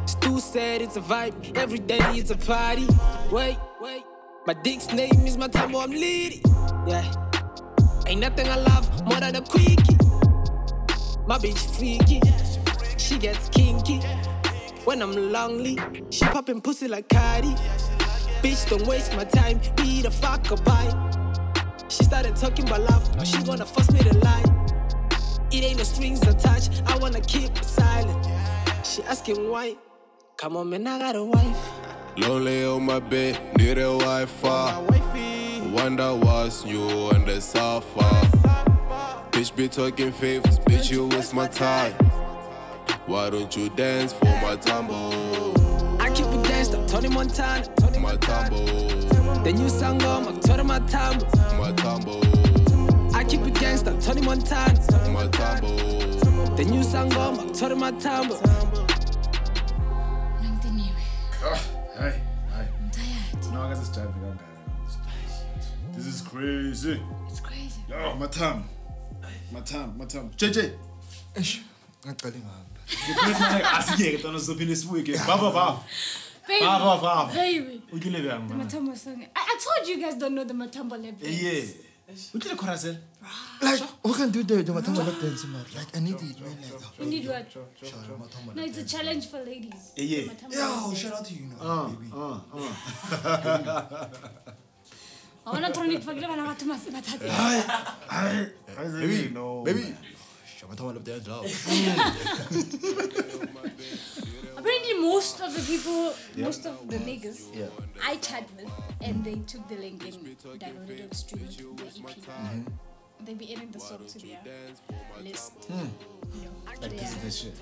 H: Stu said it's a vibe. Every day it's a party. Wait, wait. My dick's name is my time I'm leading. Yeah. Ain't nothing I love more than a quickie. My bitch freaky. She gets kinky. When I'm lonely, she popping pussy like Cardi. Bitch, don't waste my time. Be the fuck a bye. She started talking about love, now she wanna force me to lie. It ain't no strings attached, I wanna keep it silent. She asking why? Come on, man, I got a wife.
I: lonely on my bed, need a Wi-Fi. Wonder what's new on the sofa. Bitch be talking favors, bitch you waste my time. Why don't you dance for my tumble,
H: I keep it gangster, Tony Montana.
I: my tumble,
H: The new song on my Tony Montana.
I: my tumble,
H: I keep it gangster, Tony Montana.
I: my tumble?
H: The new song on my Tony Montana.
D: Nangitiniwe.
E: Hi, hi.
D: I'm tired.
E: No, I guess it's time for that guy. This is crazy.
D: It's crazy.
E: Oh, my time. My time, my time. JJ.
B: ngicale ngabe
E: asiyeke tana sizophinde sibuye baba baba
D: Baby.
E: baba baba
D: Baby.
E: utyile bani
D: The Matambo song. I, I told you guys don't know the Matambo lip dance.
E: yeah utyile chorusel
B: like we can do that mathamba lap dance man like i need it man like
D: You need what?
B: sure mathamba
D: No, it's a challenge for ladies.
E: Yeah.
D: The Matambo lap
B: yo
D: dance.
B: shout out to you
E: Ah,
B: know baby
D: Awona tronic fakile bana batho mas- bathatse.
B: baby baby sure mathamba lap dance lawo
D: Apparently, most of the people, most of the niggas I chat with, and they took the link and downloaded and streamed the EP. E
E: Mm-hmm.
D: they be adding the song to their list. No,
E: Hmm. Like this is
D: their,
E: the shit.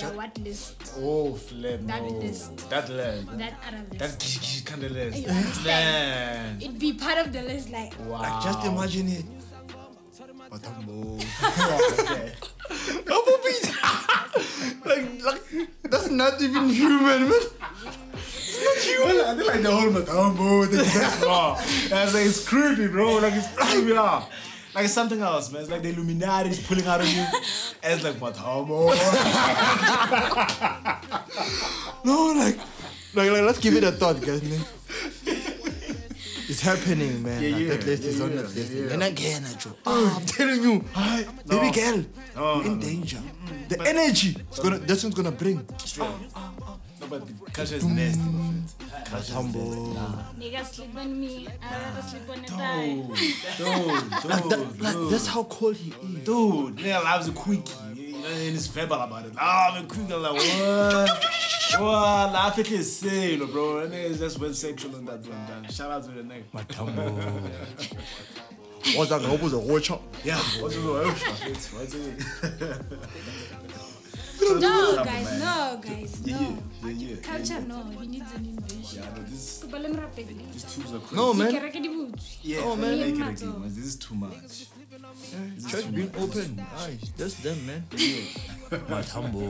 D: their what list?
E: Oh, flip.
D: That
E: no.
D: list.
E: That leg.
D: That other
E: That
D: list.
E: gish gish kind of list.
D: You understand?
E: Man.
D: It'd be part of the list, like
E: Wow.
B: Just imagine it.
E: Ah.
B: Matambo.
E: Okay.
B: like, like, that's not even human, man.
E: Well, I think like the whole Matambo thing is wrong. I was like, it's creepy, bro. Like, it's creepy. ah. Like, it's something else, man. It's like the Illuminati is pulling out of you. And it's like, Matambo.
B: No, like, like, like, let's give it a thought, guys, man. It's happening, man.
E: Yeah,
B: like,
E: yeah,
B: that list is
E: yeah,
B: on
E: yeah,
B: that list.
E: yeah, yeah.
B: And again, I joke. Ah, I'm telling you, hi, baby girl,
E: No,
B: you're
E: no, Mm,
B: in danger. The energy, it's gonna, that's what's gonna bring.
E: no, but the culture is nasty.
B: Matambo.
D: nigga sleep on me, I rather sleep on a thigh.
E: Dude, dude,
B: That, like, that's how cold he is.
E: dude. Nigga loves a quickie. You know, and it's verbal about it. Oh, I'm a quickie. I'm like, what? What? Laugh it is same, bro. And it's just went sexual on that one. done. Shout out to the nigga.
B: What's that? What was a watcher?
E: Yeah, what's it? What's it?
D: No, guys, no, guys, no.
E: Yeah, yeah.
D: Culture, no. He needs a new vision.
E: Yeah, but this,
D: Ke bole morapedi.
E: these tools are crazy.
B: No, man.
D: Dikereke di butswe.
E: Yeah,
B: Oh, man.
E: Like, like, like, this is too much.
B: Church being open. Aye, that's them, man. Matambo.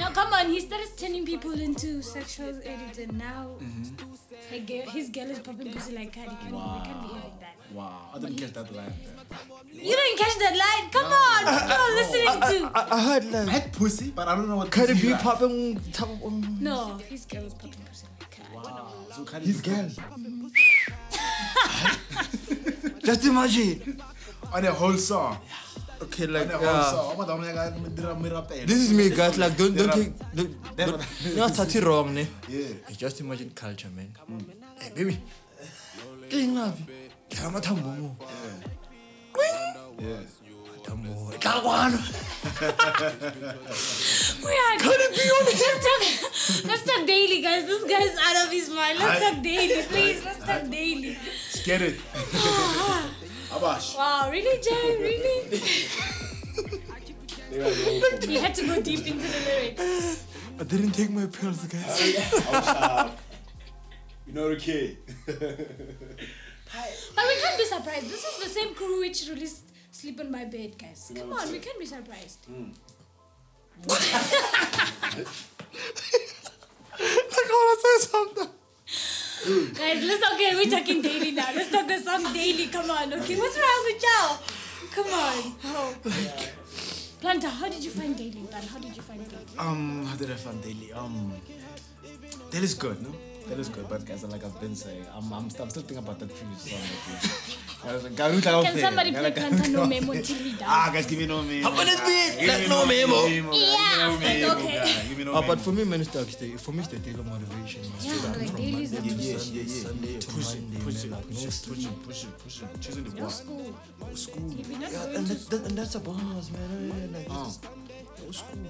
D: No, come on. He started turning people into sexual addicts, and now her girl, his girl is popping pussy like Cardi. Can We can't be having that.
E: Mm-hmm. Wow, I didn't get that line.
D: You didn't catch that line. Come on, people are listening to.
B: I, I heard
E: I
B: like
E: had pussy, but I don't know what.
B: Cardi
E: pussy
B: B
E: you like.
B: popping top on
D: No, his girl is popping pussy like Cardi.
E: Wow, so Cardi
B: his
E: B-
B: girl. Just imagine.
E: on a whole song.
B: Okay, like
E: On a whole
B: uh,
E: song. Oh, my God, I'm like, I'm- I'm- I'm- I'm-
B: this is me, guys. Like don't don't
E: There are-
B: take don't,
E: there
B: don't,
E: are-
B: you know, start it wrong, ne?
E: Yeah.
B: Like, Just imagine culture, man. Mm. Hey, baby. King love. Kaya matambo mo.
E: Yeah.
B: Matambo. Kalwano.
D: We are. Cardi B on Let's talk. Let's talk daily, guys. This guy's out of his mind. Let's
E: Hi.
D: talk daily, please. Let's talk daily.
E: Get it. Abash.
D: Wow, really, Jay? Really? you had to go deep into the lyrics.
B: I didn't take my pills, guys.
E: You know the kid.
D: But we can't be surprised. This is the same crew which released Sleep on My Bed, guys. Come on, we can't Mm. be surprised.
B: I wanna say something.
D: Guys, let's okay, we're talking daily now. Let's talk the song daily. Come on, okay. What's wrong with y'all? Come on. Oh. Planta, how did you find daily? Plan, how did you find daily?
E: Um, how did I find Daily? Um, that is good, no? That is good, but guys, like I've been saying, I'm, I'm, I'm still thinking about that previous song. Like, I was like, Garuda out
D: Can
E: there.
D: somebody play
E: Garuda
D: Planta
E: out
D: No
E: there.
D: Memo until he
E: Ah,
D: dies?
E: guys, give me no memo.
B: How about this bit?
E: Give
B: That
E: me
B: no memo.
E: Give me
D: Yeah,
E: no
D: but
E: memo,
D: okay.
E: guys. Give me no
B: Uh, but
E: memo.
B: for me, man, it's the, it's the- for me, it's the daily motivation. man.
D: Yeah, like daily is the
E: Yeah, yeah,
D: best.
E: yeah, yeah. Push it, push
B: man, like,
E: it, push
B: no
E: it, push it, push it, push it. Choosing the
D: No
E: block.
D: school. If you're not going
B: And,
D: to
B: that, that, and that's a bonus, man. I mean, like, it's just, it's cool.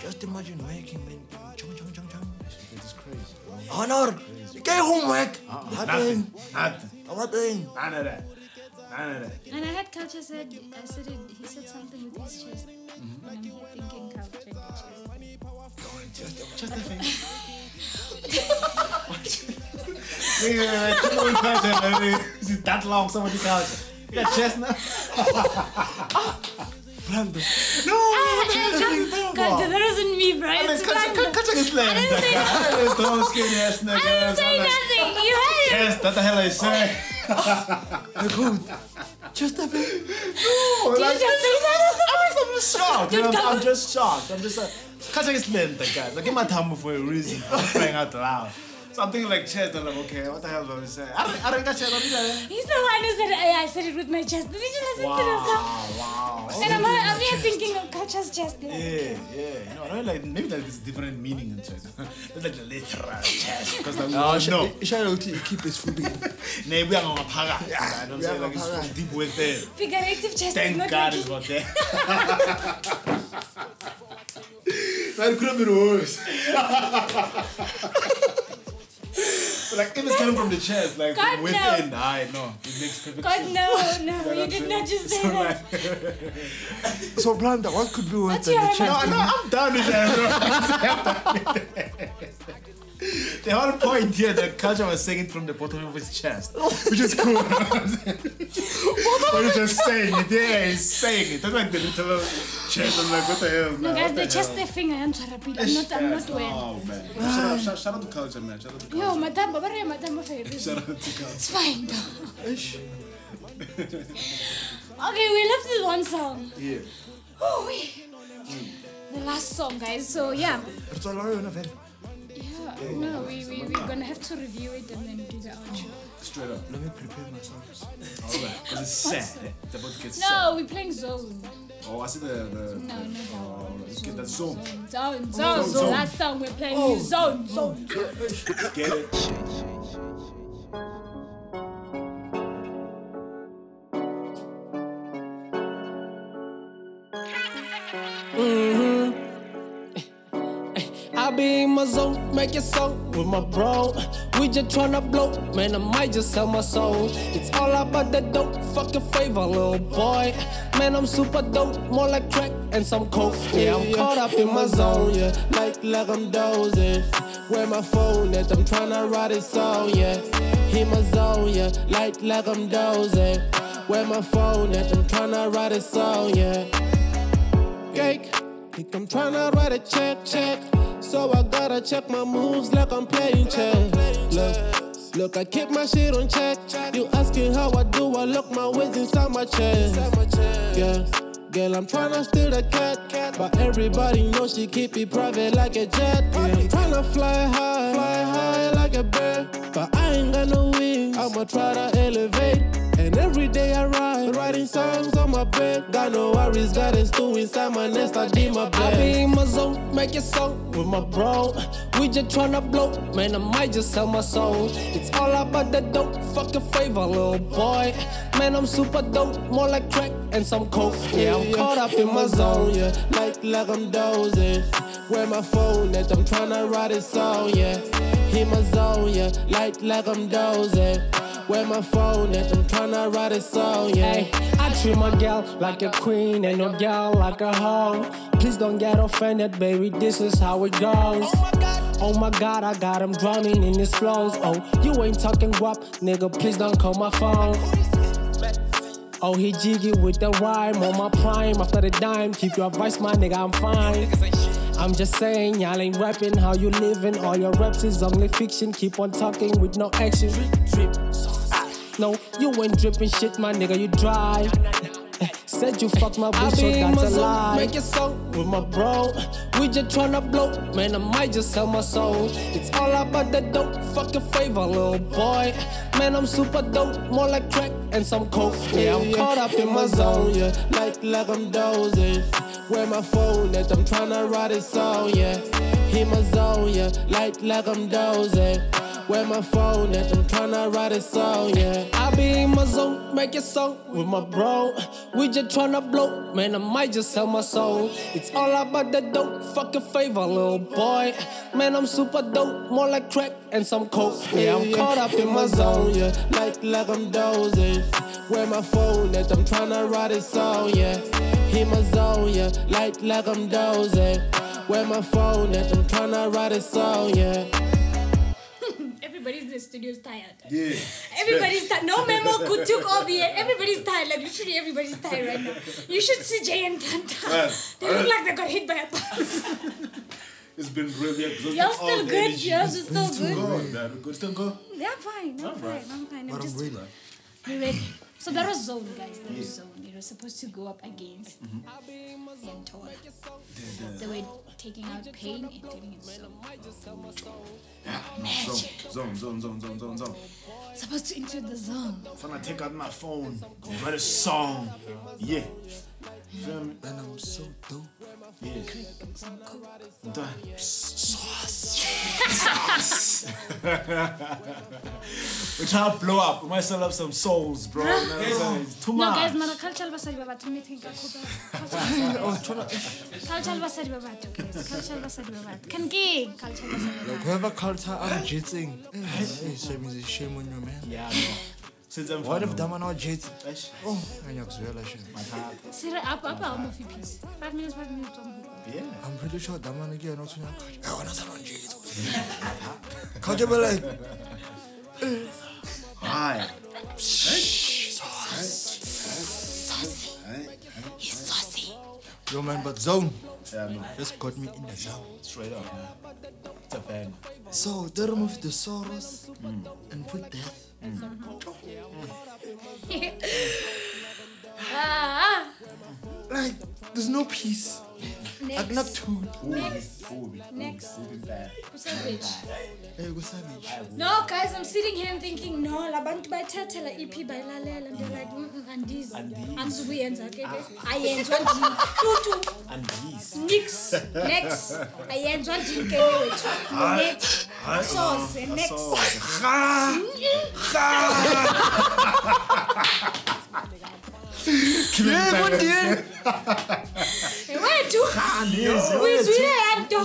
B: Just imagine working, man. Chong, chong, chong, chong.
E: It is crazy.
B: Honor, you get homework. What
E: Uh, Nothing,
B: thing?
E: nothing,
B: What thing?
E: none of that, none of that.
D: And I had culture said, I said it, he said something with his chest. And I'm here thinking culture and chest.
E: Wait, wait, wait, two more questions, baby. This is that long, somebody tells you. Yeah, chestnut.
D: Ah, Culture, that wasn't me, bro.
E: I mean,
D: It's
E: catch- catch-
D: Brando.
E: catch his leg.
D: I didn't say nothing.
E: It's those skinny ass
D: I
E: niggas.
D: didn't say
E: I'm like,
D: nothing. You heard it.
E: Yes, that the hell I say.
B: Just a bit.
D: Did you just say that?
E: I'm just shocked. You know,
D: Dude,
E: I'm,
D: come
E: I'm just shocked. I'm just like, catch his leg, the guys. Like, give my thumb for a reason. I'm crying out loud. So I'm thinking like chest. I'm like, okay, what the hell do I say? I don't, I don't catch it. I don't get it.
D: He's the one who said, "Hey, I said it with my chest. Did you listen to the song?
E: Wow, wow.
D: And I'm, I'm here thinking of culture's chest. Like,
E: Yeah, yeah. You know, I don't like maybe like there's different meaning into it. It's like the literal chest. Because like,
B: Uh,
E: we all know.
B: Shout out to keep his food.
E: Nee, we are on a para. I don't say like it's
B: ngaphakathi.
E: from deep within.
D: Figurative chest is
E: Thank
D: not
E: God
D: working.
E: it's not there. that could have been worse. like if it's coming from the chest, like
D: God,
E: from
D: no.
E: within, I know it makes perfect
D: God,
E: sense.
D: no, no, you
E: I'm
D: did
E: saying.
D: not just say that.
B: So, Blanda, what could be worse
D: What's
B: than
D: your
B: the chest?
E: No, no, I'm down with that. bro. the whole point here, the culture was saying it from the bottom of his chest, which is cool. but he's just saying it. Yeah, he's saying it. That's like the literal chest. I'm like, what the hell?
D: No,
E: man?
D: guys,
E: What
D: the
E: hell?
D: chest, the finger, I'm sorry, I'm not, I'm not
E: Yes.
D: well.
E: Oh man, shout out, shout, shout out to culture, man. Shout out to culture.
D: Yo, Madame, but I'm Madame for a reason.
E: Shout out to culture.
D: It's fine though. okay, we left this one song.
E: Yeah.
D: Oh, we. The last song, guys. So yeah,
B: It's all right, man.
D: yeah. No, we we we gonna have to review it and then do the outro.
E: Straight up.
B: Let me prepare myself.
E: Because it's sad. eh? It's about to get sad.
D: No, we're playing zone. Uh,
E: Oh, I see the. the
D: No, no, no.
E: oh, let's get that song.
D: Zone, zone, zone. Last song we're playing
E: Oh.
D: is zone, zone.
E: Get it.
H: I be in my zone, make a song with my bro. We just tryna blow, man. I might just sell my soul. It's all about the dope, fuck your favor, little boy. Man, I'm super dope, more like crack and some coke. Yeah, I'm caught up in my zone, yeah. Like, like I'm dozing. Where my phone at? I'm tryna write a song, yeah. In my zone, yeah. Like, like I'm dozing. Where my phone at? I'm tryna write a song, yeah cake. Think I'm tryna write a check, check. So I gotta check my moves like I'm playing chess. Look, look, I keep my shit on check. You asking how I do, I lock my ways inside my chest. Yeah, girl, I'm tryna steal the cat. But everybody knows she keep it private like a jet. Yeah. I'm tryna fly high, fly high like a bird. But I ain't got no wings, I'ma try to elevate. And every day I ride, writing songs on my bed. Got no worries, got a stew inside my nest. I did my best. I be in my zone, make it so with my bro. We just tryna blow, man. I might just sell my soul. It's all about the dope, fuck your favor, little boy. Man, I'm super dope, more like crack and some coke. Yeah, I'm caught up in my zone, yeah. Like like I'm dozing. Where my phone at? I'm tryna write a song, yeah. In my zone, yeah. Like like I'm dozing. Where my phone at? I'm tryna write a song, yeah. I treat my gal like a queen and your gal like a hoe. Please don't get offended, baby. This is how it goes. Oh my god, I got him drowning in his flows. Oh, you ain't talking guap, nigga. Please don't call my phone. Oh, he jiggy with the rhyme on my prime. After the dime, keep your advice, my nigga. I'm fine. I'm just saying, y'all ain't rapping how you living. All your raps is only fiction. Keep on talking with no action. No, you ain't dripping shit, my nigga, you dry. Eh, Said you fucked my bitch, so that's a lie. Make it so with my bro. We just tryna blow, man. I might just sell my soul. It's all about the dope, fuck your favor, little boy. Man, I'm super dope, more like crack and some coke. Yeah, I'm caught up in my zone, yeah. Like like I'm dozing. Where my phone at? I'm tryna write a song, yeah. In my zone, yeah. Like like I'm dozing. Where my phone at? I'm tryna write a song, yeah. I be in my zone, make it so with my bro. We just tryna blow, man. I might just sell my soul. It's all about the dope, fuck your favor, little boy. Man, I'm super dope, more like crack and some coke. Yeah, I'm caught up in my zone, yeah. Like like I'm dozing. Where my phone at? I'm tryna write a song, yeah. In my zone, yeah. Like like I'm dozing. Where my phone at? I'm tryna write a song, yeah.
D: Everybody's in the studio's tired.
E: Yeah.
D: Everybody's tired. No memo could took over yet. Everybody's tired. Like literally, everybody's tired right now. You should see Jay and Kanta.
E: Yes.
D: They look like they got hit by a bus.
E: It's been really exhausting.
D: Y'all
E: all
D: still
E: the
D: good.
E: Oh, energy.
D: Y'all still
E: Go
D: good.
E: on, man. Go, still go.
D: Yeah, I'm fine. I'm fine. I'm fine. I'm
B: But I'm
D: just
B: ready.
D: You ready? So that was zone, guys. That was zone. It was supposed to go up against
E: Mm-hmm.
D: Yentora. They were taking out pain, including in zone.
E: Zone, zone, zone, zone, zone, zone, zone.
D: Supposed to include the zone.
E: I'm gonna take out my phone, go write a song. Yeah. Feel me?
B: And I'm so dope.
E: Yeah.
D: Some coke.
E: I'm done. Sauce. Sauce. We're trying to blow up. We might sell up some souls, bro. You know what I'm saying? It's too
D: No, guys,
E: much.
D: mara cultural basari ba batho mme thinka go ba. Cultural basari ba batho, guys. Cultural basari ba batho. Can ke eng cultural basari ba batho?
B: Whoever culture I'm jitting. Hey, shame is a shame on you, man.
E: Yeah, bro. Since I'm
B: What if
E: from-
B: Dama not jit?
E: Eish.
B: Oh, I know shit.
D: Sere apa apa ha o mo fe peace. 5 minutes, 5 minutes. o mo fe.
E: Yeah.
B: I'm pretty sure Dama not jit. I want to sell on jit. Culture be like,
E: Hi.
B: yo man, but zone.
E: Yeah, no.
B: Just got me in the zone.
E: Straight up, man. It's a bang.
B: So they remove the sorrows and put death.
D: Ah, ah.
B: Like, there's no peace.
D: Next.
B: Akunakuthuka.
D: Next. Next. Kusavage.
B: Eh, kusavage.
D: No, guys, I'm sitting here and thinking, no, labantu bayithathela EP bayilalela and they're like, mm-mm, andizi. Andizukuyenza ke ke. Ayenzwa ndini. Tutu. Andizi. Nix. Next. Ayenzwa ndini ke ke wethu. Next. Soze. Next.
B: Eh, kundini?
D: Wethu. Uyizwile yanto.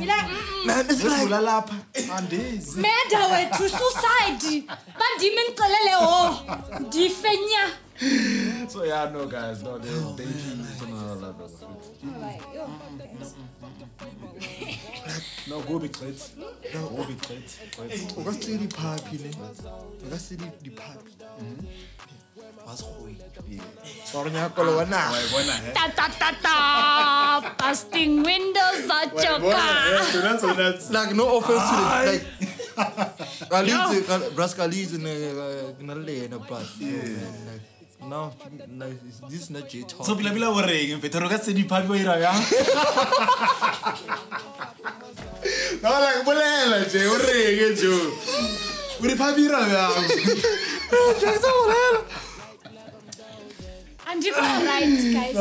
D: Yila, mm-mm.
B: Man, it's like,
E: Lalapa. And this.
D: mm, Meda wethu, suicide. Bandime ndixelele ho. Ndife nya.
E: So yeah, no guys, no, they they it's on another level.
D: Like, Oh, yo, guys.
E: No, go be great. Go be great. great.
B: ukasile iphaphi le ukasile iphaphi wasihoyi soronyakolo wanaga
D: ta ta ta ta busting windows at your car
B: like no offense to the like kalizi kal- bras kalizi nale yena but like, no like, this is not j talk
E: So bila bila worrying, better look at the party way around.
B: no like bolela nje
E: e
B: ureke nje uri phapira yami
E: Oh,
B: jackson bolela
D: andikho right guys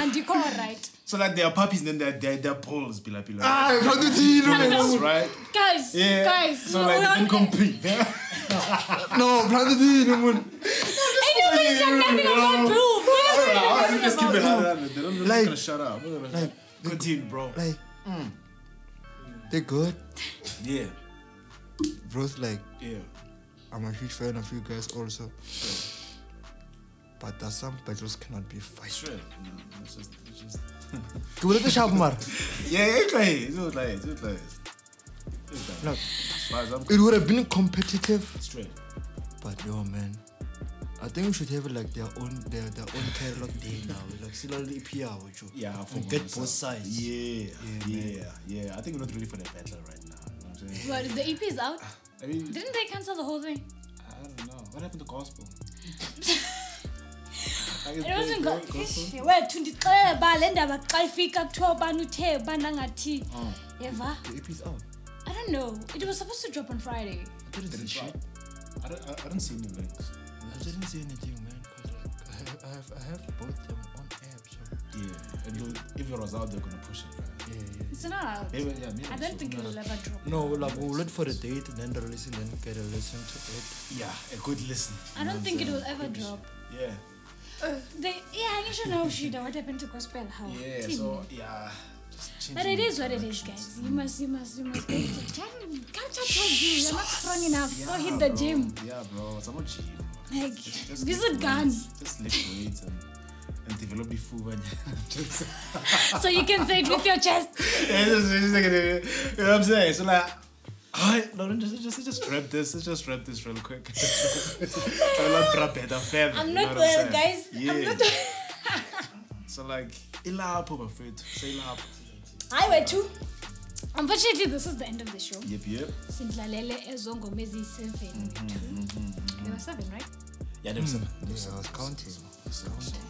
D: andikho right andikho right
E: So like they are puppies, then they are they are, they are poles, bila bila.
B: ay phatuthini
E: That's Ah, right.
D: guys
E: Yeah.
D: guys
E: so like they can compete.
B: no phatuthini mun
D: anybody's saying nothing about proof
E: Alright, let's Ah, keep it hard. They don't like,
B: Like-
E: gonna shut up. We're gonna-
B: like
E: Continue, bro.
B: like they good
E: Yeah,
B: bros like
E: yeah.
B: I'm a huge fan of you guys also. But there's some battles cannot be fought.
E: Sure. No, it's just, it's just.
B: Ke boletse sharp mara.
E: Yeah, it's like, it's just like, it's just like. It's like.
B: Look.
E: Guys, I'm
B: It would have been competitive,
E: straight.
B: but yo man. I think we should have like their own their, their own catalog day now. Like E still only EP out, yo.
E: Yeah, I
B: and
E: think
B: get
E: myself.
B: both sides.
E: Yeah, yeah, yeah, yeah. I think we're not ready for the battle right now. You know what I'm saying?
D: but the ep is out
E: I mean,
D: didn't they cancel the whole thing
E: I don't know. What happened to gospel?
D: it wasn't go Ish, wethu ndixelele ba le ndaba xa ifika kuthiwa ubani uthe ubani angathi
E: Oh.
D: yeva
E: E
B: The EP is out.
D: i don't know it was supposed to drop on friday
B: That is the
E: Didn't
B: shit.
E: drop. I don't, I, I don't see any links.
B: I didn't see anything, man. 'cause, like, I have, I have I have both them on app. So.
E: Yeah, and they'll- if it was out, they're gonna push it. Right?
B: Yeah, yeah.
D: it's not out
E: Maybe, yeah, maybe
D: i
E: so.
D: don't think it will ever drop
B: No, like we'll wait for the date, then release, and then get a listen to it.
E: Yeah, a good listen.
D: I don't think it will ever drop.
E: Yeah,
D: They, yeah, I should know Shida what happened to gospel how.
E: yeah.
D: Tin.
E: So yeah.
D: but it is what it is, guys. You must, you must, you must. Can't told you, you're not strong enough. Go hit the
E: bro.
D: gym.
E: Yeah, bro. It's about gym.
D: Like,
E: Just
D: visit
E: lift
D: Ghana,
E: weights, Just lift weights and, and develop the food when just
D: so you can say it with your chest.
E: Yeah, it's just- it's like- you know what I'm saying? So like, I no, no, just just just wrap this. Let's just wrap this real quick. I'm not wrap it. I'm fam.
D: I'm
E: you
D: not
E: know what
D: well,
E: saying?
D: guys.
E: Yeah.
D: I'm not.
E: so like, ilapo, my friend. Say ilapo.
D: I were too. Unfortunately, this is the end of the show.
E: Yep, yep.
D: Sindlalele ezongo mezi seven. There were seven, right?
E: Hmm. Yeah, them seven.
B: Yeah, I was counting. I was counting.